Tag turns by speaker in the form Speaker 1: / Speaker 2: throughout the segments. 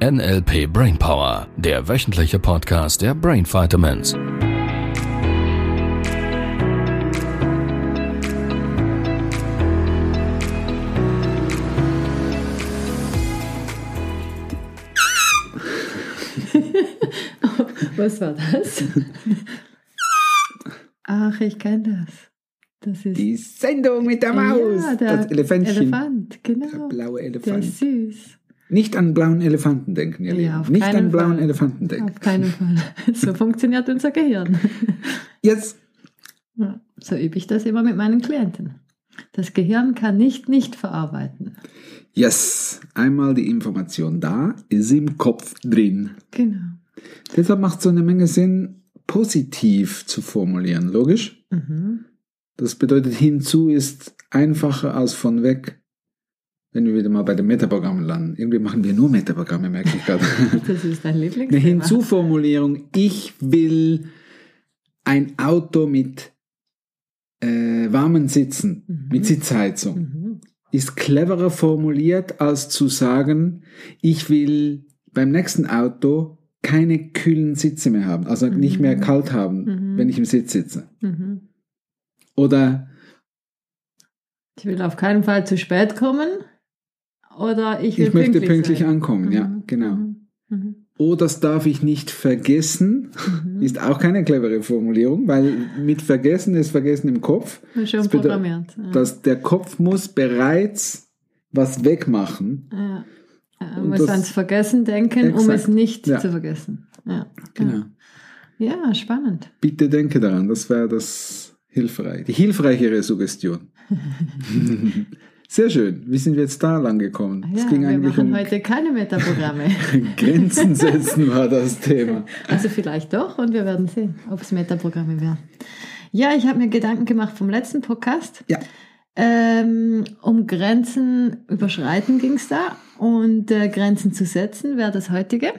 Speaker 1: NLP Brainpower, der wöchentliche Podcast der Brain Vitamins.
Speaker 2: Was war das? Ach, ich kenne das. Das ist Ah,
Speaker 3: Die Sendung mit der Maus.
Speaker 2: Ja, der
Speaker 3: das Elefantchen.
Speaker 2: Elefant, genau.
Speaker 3: Der blaue
Speaker 2: Der
Speaker 3: Elefant.
Speaker 2: ist süß.
Speaker 3: Nicht an blauen Elefanten denken, ihr
Speaker 2: Ja,
Speaker 3: Lieben.
Speaker 2: auf
Speaker 3: Nicht
Speaker 2: keinen
Speaker 3: an blauen
Speaker 2: Fall.
Speaker 3: Elefanten denken.
Speaker 2: Auf keinen Fall. So funktioniert unser Gehirn.
Speaker 3: Jetzt,
Speaker 2: Ja, So übe ich das immer mit meinen Klienten. Das Gehirn kann nicht nicht verarbeiten.
Speaker 3: yes, einmal die Information da, ist im Kopf drin.
Speaker 2: Genau.
Speaker 3: Deshalb macht so eine Menge Sinn, positiv zu formulieren. Logisch?
Speaker 2: Mhm.
Speaker 3: Das bedeutet, hinzu ist einfacher als von weg. Wenn wir wieder mal bei den Metaprogrammen landen. Irgendwie machen wir nur Metaprogramme, merke ich gerade.
Speaker 2: Das ist dein
Speaker 3: Eine
Speaker 2: Lieblingsthema.
Speaker 3: Hinzuformulierung, ich will ein Auto mit äh, warmen Sitzen,
Speaker 2: Mhm.
Speaker 3: mit Sitzheizung,
Speaker 2: Mhm.
Speaker 3: ist cleverer formuliert, als zu sagen, ich will beim nächsten Auto keine kühlen Sitze mehr haben, also nicht mehr kalt haben,
Speaker 2: Mhm.
Speaker 3: wenn ich im Sitz sitze.
Speaker 2: Mhm.
Speaker 3: Oder
Speaker 2: Ich will auf keinen Fall zu spät kommen. Oder ich will
Speaker 3: ich möchte pünktlich
Speaker 2: sein.
Speaker 3: ankommen, ja,
Speaker 2: Mhm.
Speaker 3: genau.
Speaker 2: Mhm. Mhm.
Speaker 3: Oh, das darf ich nicht vergessen,
Speaker 2: Mhm.
Speaker 3: ist auch keine clevere Formulierung, weil mit vergessen ist vergessen im Kopf.
Speaker 2: Schon
Speaker 3: Das bedeutet-
Speaker 2: programmiert. Ja.
Speaker 3: dass der Kopf muss bereits was wegmachen.
Speaker 2: Ja. Man
Speaker 3: Und
Speaker 2: muss
Speaker 3: das-
Speaker 2: ans Vergessen denken, um
Speaker 3: Exakt.
Speaker 2: es nicht
Speaker 3: Ja.
Speaker 2: zu vergessen. Ja.
Speaker 3: Genau.
Speaker 2: ja, spannend.
Speaker 3: Bitte denke daran, das wäre das hilfreich, die hilfreichere Suggestion. Sehr schön. Wie sind wir jetzt da lang gekommen?
Speaker 2: Ja,
Speaker 3: es ging
Speaker 2: wir
Speaker 3: eigentlich
Speaker 2: machen
Speaker 3: um
Speaker 2: heute keine Metaprogramme.
Speaker 3: Grenzen setzen war das Thema.
Speaker 2: also vielleicht doch und wir werden sehen, ob es Metaprogramme wären. Ja, ich habe mir Gedanken gemacht vom letzten Podcast.
Speaker 3: Ja.
Speaker 2: Ähm, um Grenzen überschreiten ging es da und äh, Grenzen zu setzen wäre das heutige.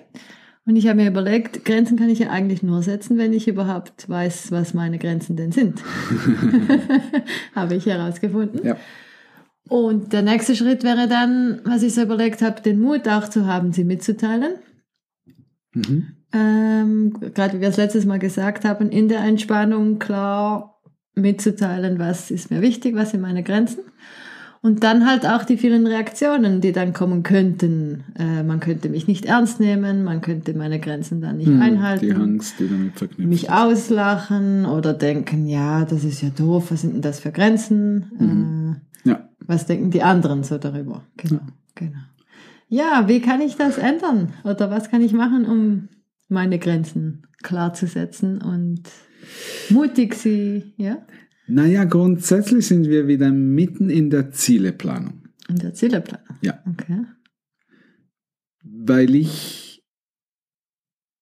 Speaker 2: Und ich habe mir überlegt, Grenzen kann ich ja eigentlich nur setzen, wenn ich überhaupt weiß, was meine Grenzen denn sind. habe ich herausgefunden.
Speaker 3: Ja.
Speaker 2: Und der nächste Schritt wäre dann, was ich so überlegt habe, den Mut auch zu haben, sie mitzuteilen.
Speaker 3: Mhm.
Speaker 2: Ähm, Gerade wie wir es letztes Mal gesagt haben, in der Entspannung klar mitzuteilen, was ist mir wichtig, was sind meine Grenzen. Und dann halt auch die vielen Reaktionen, die dann kommen könnten. Äh, man könnte mich nicht ernst nehmen, man könnte meine Grenzen dann nicht
Speaker 3: Hm, Die
Speaker 2: einhalten,
Speaker 3: Angst, die damit verknüpft
Speaker 2: mich
Speaker 3: ist.
Speaker 2: auslachen oder denken, ja, das ist ja doof, was sind denn das für Grenzen?
Speaker 3: Mhm.
Speaker 2: Äh,
Speaker 3: Ja.
Speaker 2: was denken die anderen so darüber? Genau, genau. Ja, wie kann ich das ändern? Oder was kann ich machen, um meine Grenzen klar zu setzen und mutig sie, ja?
Speaker 3: Naja, grundsätzlich sind wir wieder mitten in der Zieleplanung.
Speaker 2: Und der Zieleplanung.
Speaker 3: Ja.
Speaker 2: Okay.
Speaker 3: weil ich,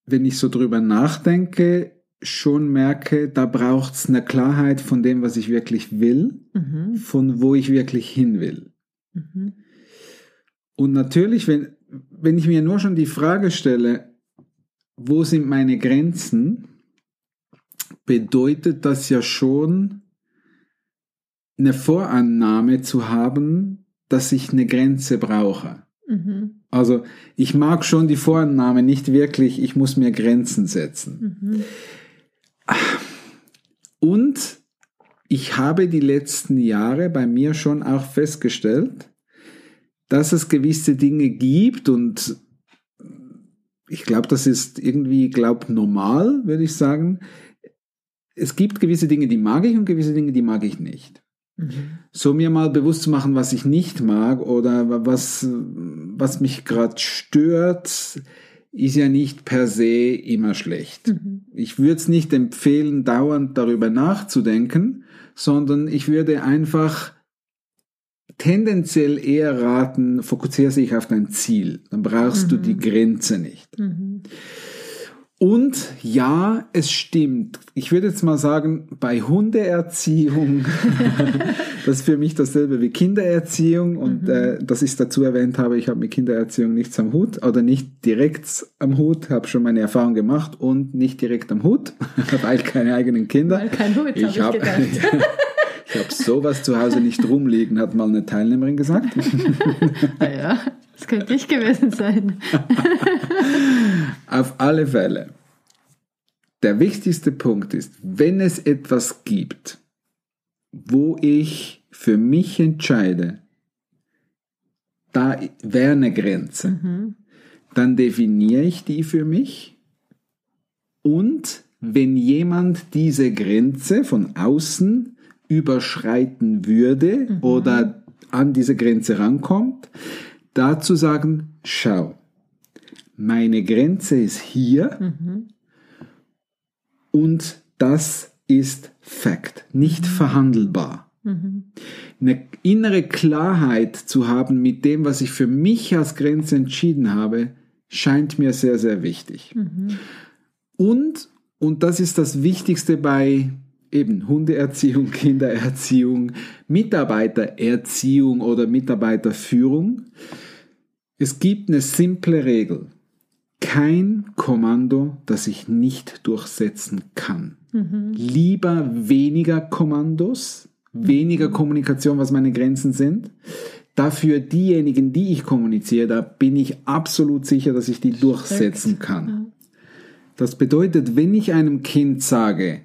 Speaker 3: wenn ich so drüber nachdenke, schon merke, da braucht's eine Klarheit von dem, was ich wirklich will,
Speaker 2: Mhm.
Speaker 3: von wo ich wirklich hin will.
Speaker 2: Mhm.
Speaker 3: Und natürlich, wenn, wenn ich mir nur schon die Frage stelle, wo sind meine Grenzen, bedeutet das ja schon, eine Vorannahme zu haben, dass ich eine Grenze brauche.
Speaker 2: Mhm.
Speaker 3: Also ich mag schon die Vorannahme nicht wirklich, ich muss mir Grenzen setzen.
Speaker 2: Mhm.
Speaker 3: Und ich habe die letzten Jahre bei mir schon auch festgestellt, dass es gewisse Dinge gibt und ich glaube, das ist irgendwie, glaub, normal, würde ich sagen. Es gibt gewisse Dinge, die mag ich und gewisse Dinge, die mag ich nicht.
Speaker 2: Mhm.
Speaker 3: so mir mal bewusst zu machen, was ich nicht mag oder wa- was, äh, was mich gerade stört, ist ja nicht per se immer schlecht.
Speaker 2: Mhm.
Speaker 3: Ich würde es nicht empfehlen, dauernd darüber nachzudenken, sondern ich würde einfach tendenziell eher raten, fokussiere dich auf dein Ziel, dann brauchst du die Grenze nicht.
Speaker 2: Mhm.
Speaker 3: Und ja, es stimmt. Ich würde jetzt mal sagen, bei Hundeerziehung, das ist für mich dasselbe wie Kindererziehung und äh, dass ich es dazu erwähnt habe, ich habe mit Kindererziehung nichts am Hut oder nicht direkt am Hut, habe schon meine Erfahrung gemacht und nicht direkt am Hut, weil keine eigenen Kinder.
Speaker 2: Weil kein Hut, hab ich
Speaker 3: hab-
Speaker 2: gedacht.
Speaker 3: ich Ich habe sowas zu Hause nicht rumliegen, hat mal eine Teilnehmerin gesagt.
Speaker 2: Ah ja, das könnte ich gewesen sein.
Speaker 3: Auf alle Fälle. Der wichtigste Punkt ist, wenn es etwas gibt, wo ich für mich entscheide, da wäre eine Grenze, dann definiere ich die für mich. Und wenn jemand diese Grenze von außen überschreiten würde oder an diese Grenze rankommt, dazu sagen, schau, meine Grenze ist hier und das ist Fact, nicht verhandelbar. Eine innere Klarheit zu haben mit dem, was ich für mich als Grenze entschieden habe, scheint mir sehr, sehr wichtig. Und, und das ist das Wichtigste bei eben Hundeerziehung, Kindererziehung, Mitarbeitererziehung oder Mitarbeiterführung. Es gibt eine simple Regel. Kein Kommando, das ich nicht durchsetzen kann. Lieber weniger Kommandos, weniger Kommunikation, was meine Grenzen sind. Dafür diejenigen, die ich kommuniziere, da bin ich absolut sicher, dass ich die durchsetzen kann. Das bedeutet, wenn ich einem Kind sage,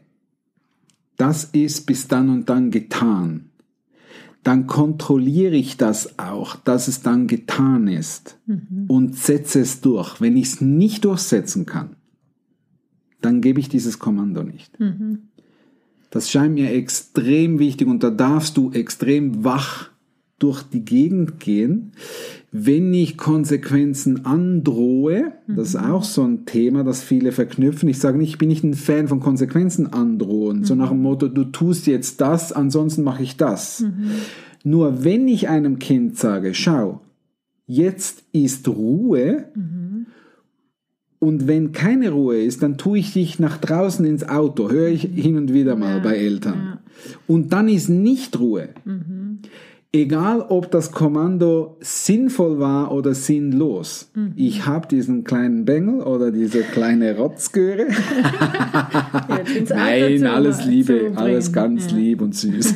Speaker 3: das ist bis dann und dann getan, dann kontrolliere ich das auch, dass es dann getan ist und setze es durch. Wenn ich es nicht durchsetzen kann, dann gebe ich dieses Kommando nicht. Das scheint mir extrem wichtig und da darfst du extrem wach durch die Gegend gehen. Wenn ich Konsequenzen androhe, das ist auch so ein Thema, das viele verknüpfen. Ich sage nicht, ich bin nicht ein Fan von Konsequenzen androhen, so nach dem Motto, du tust jetzt das, ansonsten mache ich das. Nur wenn ich einem Kind sage, schau, jetzt ist Ruhe, und wenn keine Ruhe ist, dann tue ich dich nach draußen ins Auto, höre ich hin und wieder mal bei Eltern. Und dann ist nicht Ruhe. Egal, ob das Kommando sinnvoll war oder sinnlos. Ich habe diesen kleinen Bengel oder diese kleine Rotzgöre.
Speaker 2: Jetzt ins Alter
Speaker 3: Nein,
Speaker 2: zu
Speaker 3: alles
Speaker 2: über-
Speaker 3: Liebe,
Speaker 2: zu
Speaker 3: alles
Speaker 2: bringen.
Speaker 3: ganz
Speaker 2: ja.
Speaker 3: lieb und süß.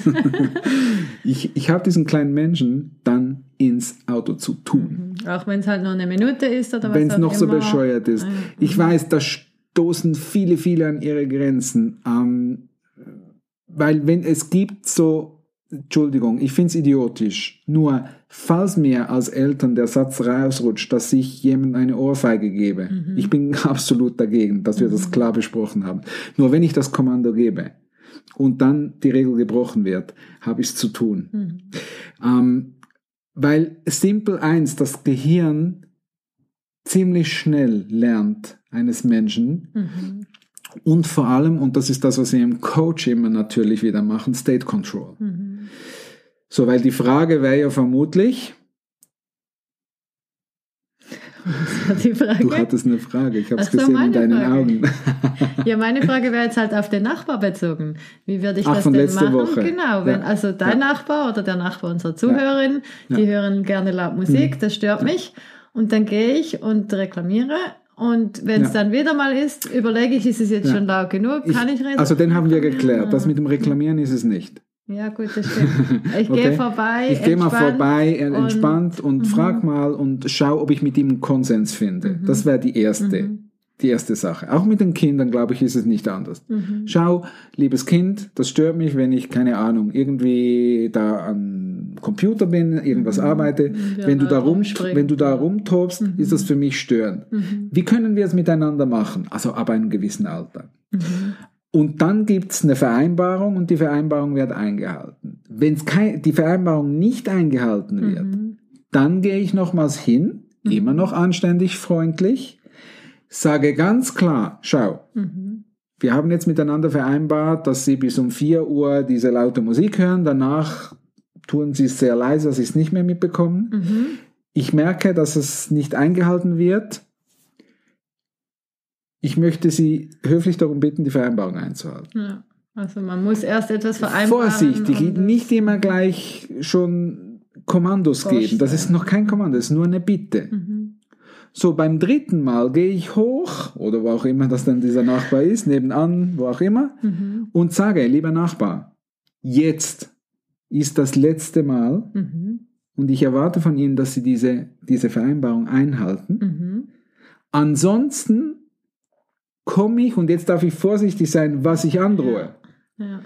Speaker 3: ich ich habe diesen kleinen Menschen dann ins Auto zu tun
Speaker 2: Auch wenn es halt nur eine Minute ist oder was
Speaker 3: wenn es
Speaker 2: auch
Speaker 3: noch so
Speaker 2: halt immer.
Speaker 3: bescheuert ist. Ich weiß, da stoßen viele, viele an ihre Grenzen. Ähm, weil wenn es gibt so, Entschuldigung, ich finde es idiotisch. Nur, falls mir als Eltern der Satz rausrutscht, dass ich jemandem eine Ohrfeige gebe, ich bin absolut dagegen, dass wir das klar besprochen haben. Nur wenn ich das Kommando gebe und dann die Regel gebrochen wird, habe ich es zu tun. Ähm, weil simpel eins, das Gehirn ziemlich schnell lernt eines Menschen
Speaker 2: Mhm,
Speaker 3: und vor allem, und das ist das, was wir im Coach immer natürlich wieder machen, State Control.
Speaker 2: mhm.
Speaker 3: So, weil die Frage wäre ja vermutlich,
Speaker 2: Das war die Frage.
Speaker 3: du hattest eine Frage, ich habe es
Speaker 2: Ach so,
Speaker 3: gesehen in
Speaker 2: meine
Speaker 3: deinen
Speaker 2: Frage.
Speaker 3: Augen.
Speaker 2: Ja, meine Frage wäre jetzt halt auf den Nachbar bezogen. Wie würde ich
Speaker 3: Ach,
Speaker 2: das
Speaker 3: von
Speaker 2: denn
Speaker 3: letzter
Speaker 2: machen?
Speaker 3: Woche.
Speaker 2: Genau, wenn
Speaker 3: Ja.
Speaker 2: also dein Nachbar oder der Nachbar unserer Zuhörerin, die hören gerne laut
Speaker 3: Mhm.
Speaker 2: Musik, das stört mich. Und dann gehe ich und reklamiere. Und wenn es
Speaker 3: Ja.
Speaker 2: dann wieder mal ist, überlege ich, ist es jetzt
Speaker 3: Ja.
Speaker 2: schon laut genug? Kann ich, reden? Ah.
Speaker 3: Also den haben wir geklärt, das mit dem Reklamieren ist es nicht.
Speaker 2: ja, gut, das stimmt. Ich
Speaker 3: Okay.
Speaker 2: gehe vorbei.
Speaker 3: Ich gehe mal
Speaker 2: entspannt
Speaker 3: vorbei, er-
Speaker 2: und- Mhm.
Speaker 3: entspannt und frag mal und schau, ob ich mit ihm einen Konsens finde.
Speaker 2: Mhm.
Speaker 3: Das wäre die erste, die erste Sache. Auch mit den Kindern, glaube ich, ist es nicht anders.
Speaker 2: Mhm.
Speaker 3: Schau, liebes Kind, das stört mich, wenn ich, keine Ahnung, irgendwie da am Computer bin, irgendwas arbeite.
Speaker 2: Ja,
Speaker 3: Wenn du, da
Speaker 2: laut
Speaker 3: rum,
Speaker 2: rumspringen.
Speaker 3: wenn du da rumtobst, ist das für mich störend.
Speaker 2: Mhm.
Speaker 3: Wie können wir es miteinander machen? Also ab einem gewissen Alter.
Speaker 2: Mhm.
Speaker 3: Und dann gibt's eine Vereinbarung und die Vereinbarung wird eingehalten. Wenn die Vereinbarung nicht eingehalten wird,
Speaker 2: Mhm.
Speaker 3: dann gehe ich nochmals hin, immer noch anständig, freundlich, sage ganz klar, schau,
Speaker 2: Mhm.
Speaker 3: wir haben jetzt miteinander vereinbart, dass Sie bis um 4 Uhr diese laute Musik hören, danach tun Sie es sehr leise, dass Sie es nicht mehr mitbekommen.
Speaker 2: Mhm.
Speaker 3: Ich merke, dass es nicht eingehalten wird. Ich möchte Sie höflich darum bitten, die Vereinbarung einzuhalten.
Speaker 2: Ja. Also man muss erst etwas vereinbaren.
Speaker 3: Vorsichtig,
Speaker 2: und das-
Speaker 3: nicht immer gleich schon Kommandos geben. Das ist noch kein Kommando, das ist nur eine Bitte.
Speaker 2: Hm. Mhm.
Speaker 3: So, beim dritten Mal gehe ich hoch, oder wo auch immer das dann dieser
Speaker 2: Mhm.
Speaker 3: Nachbar ist, nebenan, wo auch immer, und sage, lieber Nachbar, jetzt ist das letzte Mal
Speaker 2: Mhm.
Speaker 3: und ich erwarte von Ihnen, dass Sie diese, diese Vereinbarung einhalten.
Speaker 2: Mhm.
Speaker 3: Ansonsten komme ich, und jetzt darf ich vorsichtig sein, was ich androhe.
Speaker 2: Ja.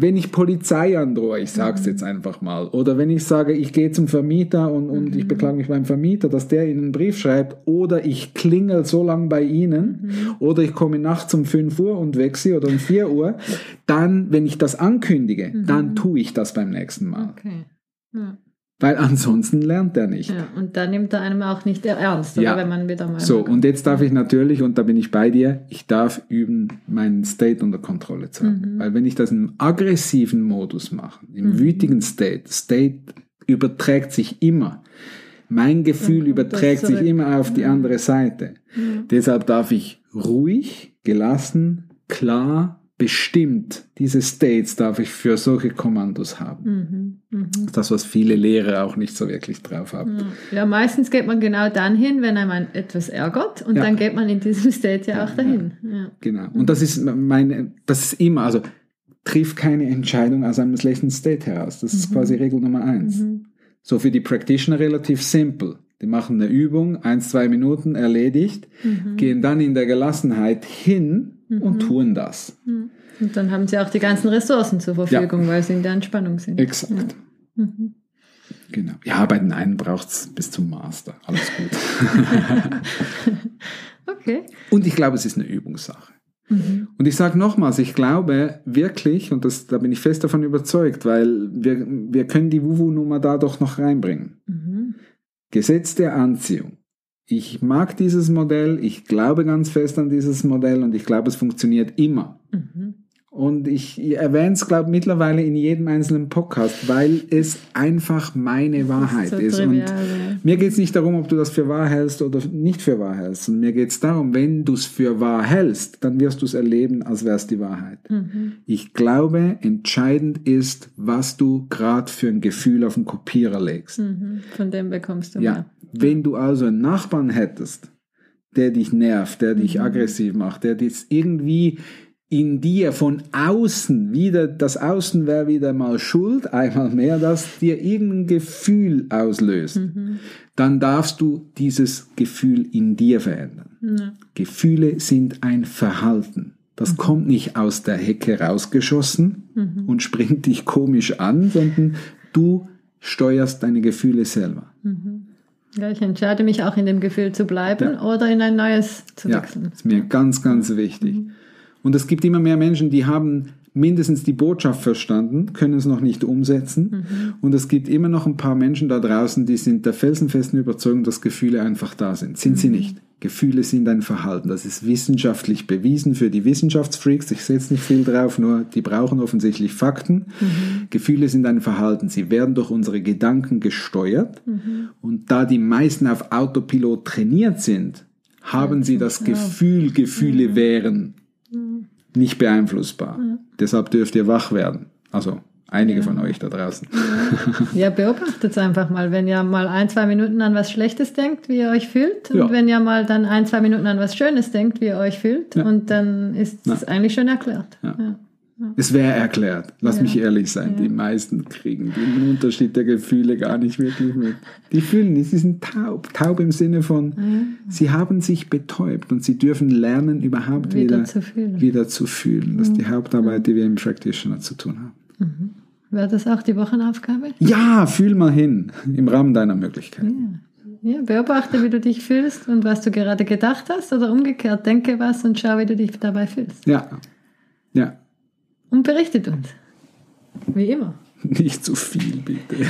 Speaker 3: Wenn ich Polizei androhe, ich sage es jetzt einfach mal, oder wenn ich sage, ich gehe zum Vermieter und, und ich beklage mich beim Vermieter, dass der Ihnen einen Brief schreibt, oder ich klingel so lange bei Ihnen, oder ich komme nachts um 5 Uhr und weg Sie oder um 4 Uhr, dann, wenn ich das ankündige, dann tue ich das beim nächsten Mal.
Speaker 2: Okay. Ja.
Speaker 3: Weil ansonsten lernt er nicht.
Speaker 2: ja. Und da nimmt er einem auch nicht ernst,
Speaker 3: Ja.
Speaker 2: oder wenn man wieder mal.
Speaker 3: So, und jetzt darf ich natürlich, und da bin ich bei dir, ich darf üben, meinen State unter Kontrolle zu haben.
Speaker 2: Mhm.
Speaker 3: Weil wenn ich das im aggressiven Modus mache, im wütigen State, State überträgt sich immer. Mein Gefühl
Speaker 2: kommt das
Speaker 3: überträgt sich
Speaker 2: zurück. Mhm.
Speaker 3: immer auf die andere Seite. Deshalb darf ich ruhig, gelassen, klar, bestimmt, diese States darf ich für solche Kommandos haben.
Speaker 2: Mhm. Mhm.
Speaker 3: Das, was viele Lehrer auch nicht so wirklich drauf haben.
Speaker 2: Ja, meistens geht man genau dann hin, wenn einem ein- etwas ärgert und
Speaker 3: Ja.
Speaker 2: dann geht man in diesem State ja auch dahin. Ja.
Speaker 3: Genau. Und das ist meine, das ist immer, also triff keine Entscheidung aus einem schlechten State heraus. Das ist quasi Regel Nummer eins. So für die Practitioner relativ simpel. Die machen eine Übung, eins, zwei Minuten, erledigt, gehen dann in der Gelassenheit hin und tun das.
Speaker 2: Und dann haben sie auch die ganzen Ressourcen zur Verfügung, weil sie in der Entspannung sind. Mhm.
Speaker 3: Exakt. Genau. Ja, bei den einen braucht es bis zum Master. Alles gut.
Speaker 2: Okay. Mhm.
Speaker 3: Und ich glaube, es ist eine Übungssache. Und ich sage nochmals, ich glaube wirklich, und das, da bin ich fest davon überzeugt, weil wir, wir können die Wuwu-Nummer da doch noch reinbringen.
Speaker 2: Mhm.
Speaker 3: Gesetz der Anziehung. Ich mag dieses Modell, ich glaube ganz fest an dieses Modell und ich glaube, es funktioniert immer.
Speaker 2: Mhm.
Speaker 3: Und ich erwähne es, glaube ich, mittlerweile in jedem einzelnen Podcast, weil es einfach meine Wahrheit
Speaker 2: so
Speaker 3: ist. Und
Speaker 2: trivial. ja.
Speaker 3: mir geht es nicht darum, ob du das für wahr hältst oder nicht für wahr hältst, sondern mir geht es darum, wenn du es für wahr hältst, dann wirst du es erleben, als wäre es die Wahrheit.
Speaker 2: Mhm.
Speaker 3: Ich glaube, entscheidend ist, was du gerade für ein Gefühl auf den Kopierer legst.
Speaker 2: Mhm. Von dem bekommst du
Speaker 3: Ja.
Speaker 2: mehr.
Speaker 3: Wenn du also einen Nachbarn hättest, der dich nervt, der dich aggressiv macht, der dich irgendwie in dir von außen wieder, das Außen wäre wieder mal schuld, einmal mehr, dass dir irgendein Gefühl auslöst, dann darfst du dieses Gefühl in dir verändern.
Speaker 2: Ja.
Speaker 3: Gefühle sind ein Verhalten. Das kommt nicht aus der Hecke rausgeschossen und springt dich komisch an, sondern du steuerst deine Gefühle selber.
Speaker 2: Ja, ich entscheide mich auch in dem Gefühl zu bleiben oder in ein neues zu
Speaker 3: Ja,
Speaker 2: wechseln.
Speaker 3: ist mir ganz, ganz wichtig. Und es gibt immer mehr Menschen, die haben mindestens die Botschaft verstanden, können es noch nicht umsetzen. Und es gibt immer noch ein paar Menschen da draußen, die sind der felsenfesten Überzeugung, dass Gefühle einfach da sind. Sind sie nicht. Gefühle sind ein Verhalten. Das ist wissenschaftlich bewiesen für die Wissenschaftsfreaks. Ich setze nicht viel drauf, nur die brauchen offensichtlich Fakten. Gefühle sind ein Verhalten. Sie werden durch unsere Gedanken gesteuert. Und da die meisten auf Autopilot trainiert sind, haben sie das Gefühl, Gefühle wären nicht beeinflussbar. Deshalb dürft ihr wach werden. Also einige von euch da draußen.
Speaker 2: Ja, beobachtet es einfach mal. Wenn ihr mal ein, zwei Minuten an was Schlechtes denkt, wie ihr euch fühlt. Und
Speaker 3: Ja.
Speaker 2: wenn ihr mal dann ein, zwei Minuten an was Schönes denkt, wie ihr euch fühlt. Und dann ist es eigentlich schon erklärt. Ja.
Speaker 3: Es wäre erklärt. Lass mich ehrlich sein. Die meisten kriegen den Unterschied der Gefühle gar nicht wirklich mit. Die fühlen nicht, sie sind taub. Taub im Sinne von, sie haben sich betäubt und sie dürfen lernen, überhaupt
Speaker 2: Wieder
Speaker 3: wieder,
Speaker 2: zu fühlen.
Speaker 3: wieder zu fühlen. Das ist die Hauptarbeit, die wir im Practitioner zu tun haben.
Speaker 2: Wäre das auch die Wochenaufgabe?
Speaker 3: Ja, fühl mal hin, im Rahmen deiner Möglichkeiten.
Speaker 2: Ja, beobachte, wie du dich fühlst und was du gerade gedacht hast. Oder umgekehrt, denke was und schau, wie du dich dabei fühlst.
Speaker 3: Ja. Ja.
Speaker 2: Und berichtet uns. Wie immer.
Speaker 3: Nicht zu viel, bitte.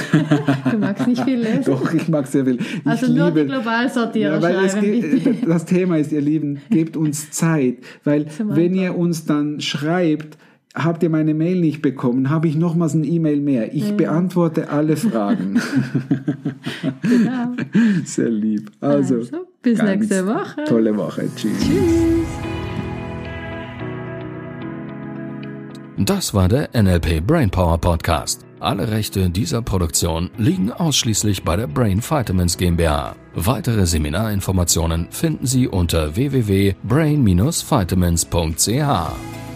Speaker 2: Du magst nicht viel lesen.
Speaker 3: Doch, ich mag sehr viel. Ich
Speaker 2: also nur die
Speaker 3: liebe,
Speaker 2: Globalsortierer
Speaker 3: ja, weil es
Speaker 2: schreiben. bitte.
Speaker 3: ge- das Thema ist, ihr Lieben, gebt uns Zeit, weil
Speaker 2: Zum
Speaker 3: wenn ihr uns dann schreibt, habt ihr meine Mail nicht bekommen, habe ich nochmals ein E-Mail mehr. Ich beantworte alle Fragen.
Speaker 2: Genau.
Speaker 3: Sehr lieb. Also,
Speaker 2: Also, bis
Speaker 3: ganz
Speaker 2: nächste Woche.
Speaker 3: Tolle Woche. Tschüss.
Speaker 1: Das war der NLP Brainpower Podcast. Alle Rechte dieser Produktion liegen ausschließlich bei der Brain Vitamins GmbH. Weitere Seminarinformationen finden Sie unter www.brain-vitamins.ch.